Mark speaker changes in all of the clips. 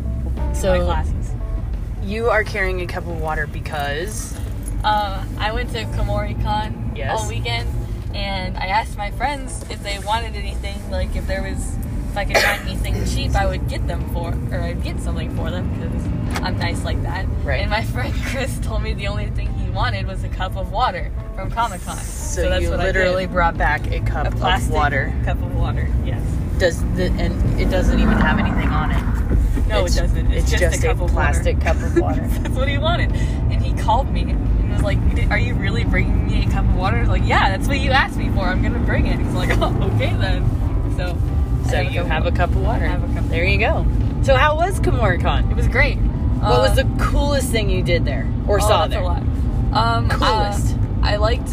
Speaker 1: my
Speaker 2: So
Speaker 1: classes.
Speaker 2: you are carrying a cup of water because
Speaker 1: Uh, I went to Komori Con
Speaker 2: Yes.
Speaker 1: all weekend, and I asked my friends if they wanted anything, like if there was, if I could find anything cheap, I would get them for, or I'd get something for them because I'm nice like that.
Speaker 2: Right.
Speaker 1: And my friend Chris told me the only thing he wanted was a cup of water from Comic Con.
Speaker 2: so,
Speaker 1: So, that's
Speaker 2: you
Speaker 1: what
Speaker 2: literally
Speaker 1: I did.
Speaker 2: brought back a cup
Speaker 1: a plastic
Speaker 2: of water.
Speaker 1: cup of water. Yes.
Speaker 2: Does the and it doesn't even have anything on it.
Speaker 1: No,
Speaker 2: It's-
Speaker 1: it doesn't. It's, just, a cup of water.
Speaker 2: plastic cup of water.
Speaker 1: That's what he wanted. And he called me and was like, Are you really bringing me a cup of water? I was like, Yeah, that's what you asked me for. I'm going to bring it. He's like, Oh, okay then. So, I
Speaker 2: so
Speaker 1: have a
Speaker 2: you
Speaker 1: cup
Speaker 2: have a cup of water.
Speaker 1: I have a cup of
Speaker 2: There you go. So how was KomoriCon?
Speaker 1: It was great. Uh,
Speaker 2: What was the coolest thing you did there or
Speaker 1: oh,
Speaker 2: saw
Speaker 1: that's
Speaker 2: there?
Speaker 1: a lot. Um, uh,
Speaker 2: Coolest.
Speaker 1: I liked,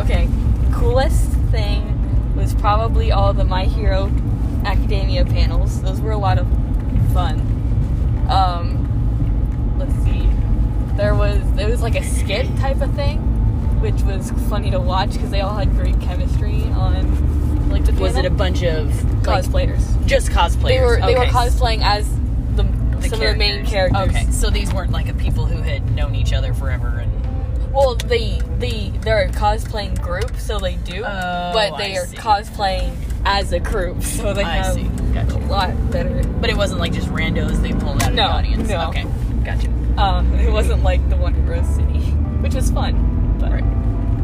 Speaker 1: okay, coolest thing was probably all the My Hero Academia panels. Those were a lot of fun. Um, let's see. There was it was like a skit type of thing, which was funny to watch because they all had great chemistry on like the panel.
Speaker 2: Was it a bunch of like,
Speaker 1: cosplayers?
Speaker 2: just cosplayers?
Speaker 1: They were they were
Speaker 2: Okay.
Speaker 1: cosplaying as the, some of the main characters.
Speaker 2: Okay, so these weren't like a people who had known each other forever and
Speaker 1: Well, they they they're a cosplaying group, so they do.
Speaker 2: Oh,
Speaker 1: but they
Speaker 2: I
Speaker 1: are
Speaker 2: see.
Speaker 1: cosplaying as a group, so they
Speaker 2: I
Speaker 1: have
Speaker 2: see. Gotcha.
Speaker 1: a lot better.
Speaker 2: But it wasn't like just randos they pulled out of
Speaker 1: No,
Speaker 2: the audience.
Speaker 1: no.
Speaker 2: Okay, gotcha.
Speaker 1: Um, it wasn't like the one in Rose City, which was fun. But
Speaker 2: Right.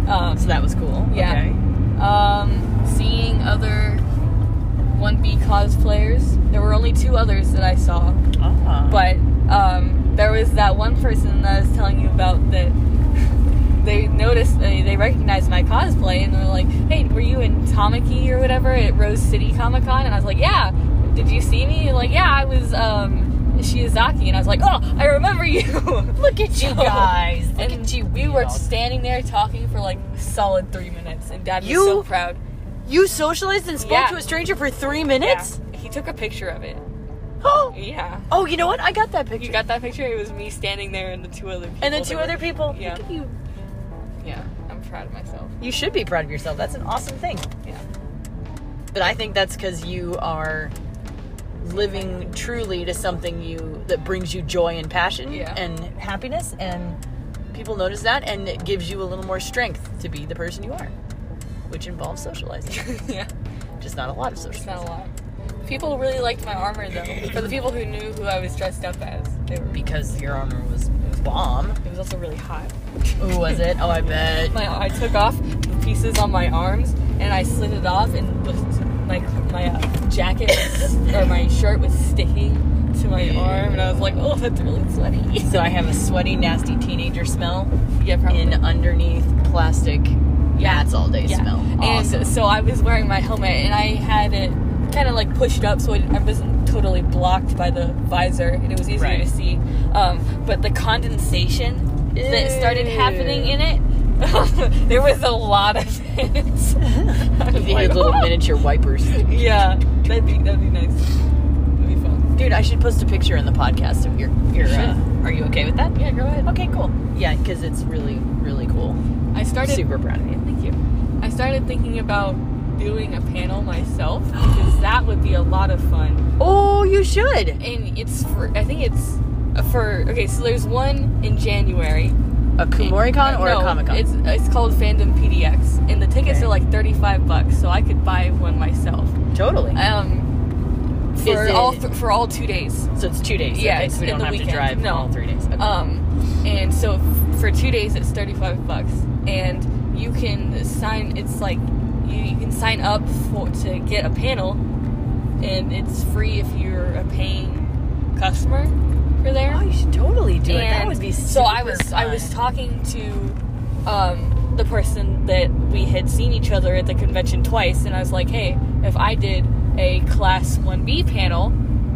Speaker 1: um,
Speaker 2: So that was cool.
Speaker 1: Yeah.
Speaker 2: Okay.
Speaker 1: um, seeing other 1B cosplayers, there were only two others that I saw.
Speaker 2: Ah.
Speaker 1: But um, there was that one person that I was telling you about that they noticed, uh, they, they recognized my cosplay and they were like, hey, were you in Tamaki or whatever at Rose City Comic Con? And I was like, yeah. Did you see me? And like, yeah, I was um, Shiozaki. And I was like, oh, I remember you.
Speaker 2: look at you guys. Look
Speaker 1: and
Speaker 2: at you.
Speaker 1: we were
Speaker 2: weirdos.
Speaker 1: standing there talking for like solid three minutes. And dad was
Speaker 2: You-
Speaker 1: so proud.
Speaker 2: You socialized and spoke
Speaker 1: Yeah.
Speaker 2: to a stranger for three minutes?
Speaker 1: Yeah. He took a picture of it.
Speaker 2: Oh.
Speaker 1: Yeah.
Speaker 2: oh, you know what? I got that picture.
Speaker 1: You got that picture? It was me standing there and the two other people.
Speaker 2: and the
Speaker 1: that
Speaker 2: two
Speaker 1: were-
Speaker 2: other people.
Speaker 1: Yeah.
Speaker 2: Look at you.
Speaker 1: Yeah, I'm proud of myself.
Speaker 2: You should be proud of yourself. That's an awesome thing.
Speaker 1: Yeah.
Speaker 2: But I think that's because you are living truly to something you that brings you joy and passion
Speaker 1: Yeah.
Speaker 2: and happiness, and people notice that, and it gives you a little more strength to be the person you are, which involves socializing.
Speaker 1: yeah,
Speaker 2: Just not a lot of
Speaker 1: it's not a
Speaker 2: socializing
Speaker 1: lot. People really liked my armor though. For the people who knew who I was dressed up as, they were. It
Speaker 2: because your armor was bomb.
Speaker 1: was also really hot.
Speaker 2: Ooh, was it? Oh, I bet.
Speaker 1: My I took off the pieces on my arms and I slid it off, and the, my my uh, jacket was, or my shirt was sticking to my arm, and I was like, oh, that's really sweaty.
Speaker 2: So I have a sweaty, nasty teenager smell
Speaker 1: Yeah, probably.
Speaker 2: in underneath plastic mats all day smell. Awesome.
Speaker 1: And so I was wearing my helmet and I had it kind of like pushed up so it, I wasn't totally blocked by the visor and it was easier
Speaker 2: Right.
Speaker 1: to see. Um, but the condensation that started
Speaker 2: Ew.
Speaker 1: happening in it, there was a lot of it. I was
Speaker 2: you
Speaker 1: like,
Speaker 2: need little
Speaker 1: "Oh."
Speaker 2: miniature wipers.
Speaker 1: Yeah, that'd be, that'd be nice. That'd be fun.
Speaker 2: Dude, I should post a picture in the podcast of your your. Uh, are you okay with that?
Speaker 1: Yeah, go ahead.
Speaker 2: Okay, cool. Yeah, because it's really really cool.
Speaker 1: I started.
Speaker 2: Super proud of you.
Speaker 1: Thank you. I started thinking about doing a panel myself because that would be a lot of fun.
Speaker 2: Oh, you should.
Speaker 1: and it's for I think it's uh, for okay. So there's one in January.
Speaker 2: A KomoriCon or
Speaker 1: uh, No,
Speaker 2: a Comic Con?
Speaker 1: It's it's called Fandom PDX, and the tickets
Speaker 2: Okay.
Speaker 1: are like 35 bucks, so I could buy one myself.
Speaker 2: totally.
Speaker 1: Um, for
Speaker 2: Is
Speaker 1: all
Speaker 2: it-
Speaker 1: th- for all two days.
Speaker 2: so it's two days.
Speaker 1: yeah,
Speaker 2: okay,
Speaker 1: it's
Speaker 2: so we
Speaker 1: in
Speaker 2: don't
Speaker 1: the
Speaker 2: have
Speaker 1: weekend.
Speaker 2: to drive
Speaker 1: No.
Speaker 2: all three days. Okay.
Speaker 1: Um, and so f- for two days it's 35 bucks, and you can sign. It's like you, you can sign up for to get a panel, and it's free if you're a paying customer for there.
Speaker 2: oh, you should totally do it. That
Speaker 1: And
Speaker 2: would be
Speaker 1: so. I
Speaker 2: super
Speaker 1: was I was
Speaker 2: fun.
Speaker 1: talking to um, the person that we had seen each other at the convention twice, and I was like, "Hey, if I did a Class One B panel,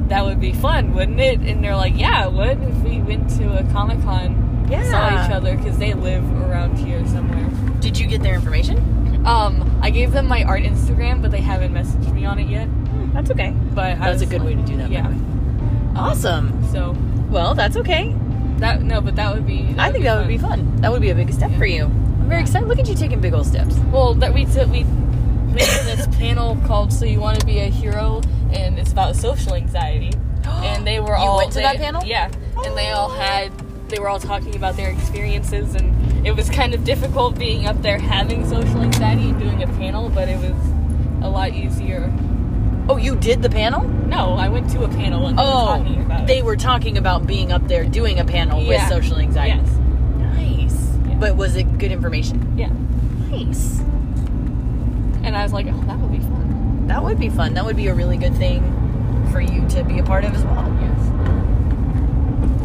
Speaker 1: that would be fun, wouldn't it?" And they're like, "Yeah, it would if we went to a Comic Con, saw
Speaker 2: Yeah.
Speaker 1: each other because they live around here somewhere."
Speaker 2: Did you get their information?
Speaker 1: Um, I gave them my art Instagram, but they haven't messaged me on it yet.
Speaker 2: Hmm, That's okay.
Speaker 1: But I
Speaker 2: That's a
Speaker 1: was
Speaker 2: good
Speaker 1: like-
Speaker 2: way to do that. by
Speaker 1: Yeah.
Speaker 2: the way. Awesome.
Speaker 1: So
Speaker 2: Well, that's okay.
Speaker 1: that no, but that would be.
Speaker 2: I think that would be fun. That would be a big step for you. I'm very excited. Look at you taking big old steps.
Speaker 1: Well, that we took we we did this panel called "So You Want to Be a Hero," and it's about social anxiety. and they were
Speaker 2: You
Speaker 1: all
Speaker 2: went to
Speaker 1: they-
Speaker 2: that panel?
Speaker 1: Yeah, and they all had they were all talking about their experiences, and it was kind of difficult being up there having social anxiety and doing a panel, but it was a lot easier.
Speaker 2: Oh, you did the panel?
Speaker 1: No, I went to a panel and they were talking
Speaker 2: Oh,
Speaker 1: about
Speaker 2: they were talking about being up there doing a panel
Speaker 1: Yeah.
Speaker 2: with social anxiety.
Speaker 1: yes,
Speaker 2: Nice.
Speaker 1: Yeah.
Speaker 2: But was it good information?
Speaker 1: yeah,
Speaker 2: Nice.
Speaker 1: and I was like, oh, that would be fun.
Speaker 2: That would be fun. That would be a really good thing for you to be a part of as well.
Speaker 1: Yes,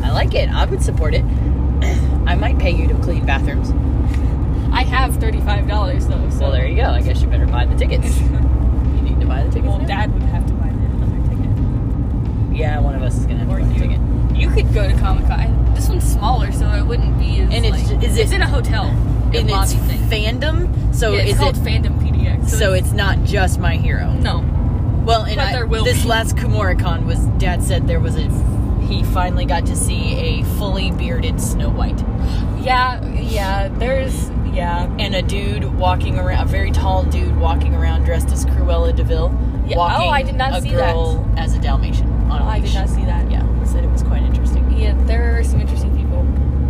Speaker 2: I like it. I would support it. I might pay you to clean bathrooms.
Speaker 1: I have thirty five dollars though, so
Speaker 2: Well, there you go. I guess you better buy the tickets. you need to buy the tickets.
Speaker 1: Well,
Speaker 2: now?
Speaker 1: Dad would have to buy me another ticket.
Speaker 2: Yeah, one of us is gonna have
Speaker 1: Or
Speaker 2: to buy a
Speaker 1: you.
Speaker 2: ticket.
Speaker 1: You could go to Comic Con. This one's smaller, so it wouldn't be as.
Speaker 2: And it's-
Speaker 1: like-
Speaker 2: is it-
Speaker 1: it's in a hotel. In
Speaker 2: And it's
Speaker 1: lobby thing.
Speaker 2: fandom, so
Speaker 1: yeah, it's
Speaker 2: is
Speaker 1: called
Speaker 2: it?
Speaker 1: Fandom PDX.
Speaker 2: So it's not just my hero.
Speaker 1: no.
Speaker 2: Well, and
Speaker 1: But
Speaker 2: I,
Speaker 1: there will
Speaker 2: this
Speaker 1: be.
Speaker 2: last KomoraCon was Dad said there was a he finally got to see a fully bearded Snow White
Speaker 1: Yeah, yeah. There's yeah.
Speaker 2: and a dude walking around, a very tall dude walking around dressed as Cruella Deville,
Speaker 1: Yeah, oh,
Speaker 2: walking
Speaker 1: I did not
Speaker 2: a
Speaker 1: see that.
Speaker 2: girl as a Dalmatian on a
Speaker 1: I did
Speaker 2: leash.
Speaker 1: not see that.
Speaker 2: Yeah, said it was quite interesting.
Speaker 1: Yeah, there are some interesting people.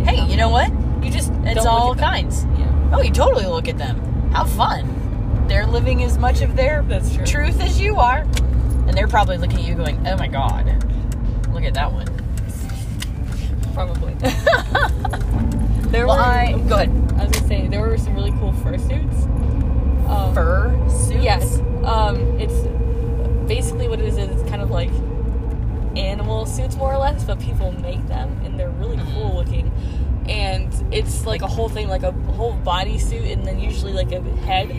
Speaker 2: Hey, you know what?
Speaker 1: you just
Speaker 2: It's
Speaker 1: don't
Speaker 2: all
Speaker 1: look at them.
Speaker 2: kinds.
Speaker 1: Yeah,
Speaker 2: Oh, you totally look at them. How fun! They're living as much of their
Speaker 1: that's true.
Speaker 2: truth as you are. And they're probably looking at you going, oh my god, look at that one.
Speaker 1: Probably. there
Speaker 2: well,
Speaker 1: were.
Speaker 2: I, go ahead.
Speaker 1: I was gonna say there were some really cool fursuits. Um,
Speaker 2: Fur suits?
Speaker 1: Yes. Um, it's basically what it is. is It's kind of like animal suits, more or less, but people make them, and they're really
Speaker 2: Mm-hmm.
Speaker 1: cool looking. And it's like a whole thing, like a whole bodysuit, and then usually like a head.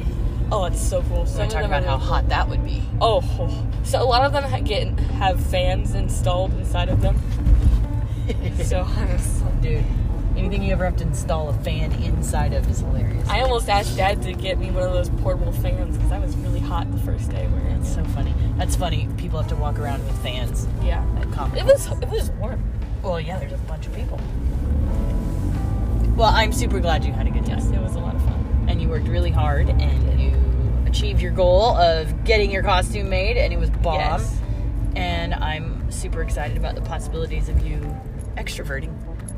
Speaker 1: Oh, it's so cool.
Speaker 2: So
Speaker 1: Some
Speaker 2: I
Speaker 1: of
Speaker 2: talk
Speaker 1: them
Speaker 2: about
Speaker 1: are-
Speaker 2: how hot that would be.
Speaker 1: Oh, oh. so a lot of them ha- get have fans installed inside of them. so I was.
Speaker 2: Dude, anything you ever have to install a fan inside of is hilarious.
Speaker 1: I almost asked Dad to get me one of those portable fans because I was really hot the first day wearing
Speaker 2: That's
Speaker 1: it.
Speaker 2: so funny. That's funny. People have to walk around with fans
Speaker 1: Yeah,
Speaker 2: at comic.
Speaker 1: it was it was warm.
Speaker 2: Well, yeah, there's a bunch of people. Well, I'm super glad you had a good time.
Speaker 1: Yes, it was a lot of fun.
Speaker 2: and you worked really hard and you achieved your goal of getting your costume made and it was bomb
Speaker 1: Yes.
Speaker 2: and i'm super excited about the possibilities of you extroverting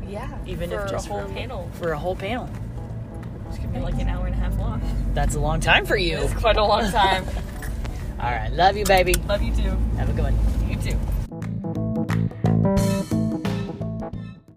Speaker 1: Yeah,
Speaker 2: even
Speaker 1: for
Speaker 2: if just
Speaker 1: a whole panel,
Speaker 2: for a whole panel
Speaker 1: which could be like an hour and a half long.
Speaker 2: that's a long time for you
Speaker 1: It's quite a long time.
Speaker 2: all right love you baby
Speaker 1: Love you too.
Speaker 2: have a good one
Speaker 1: You too.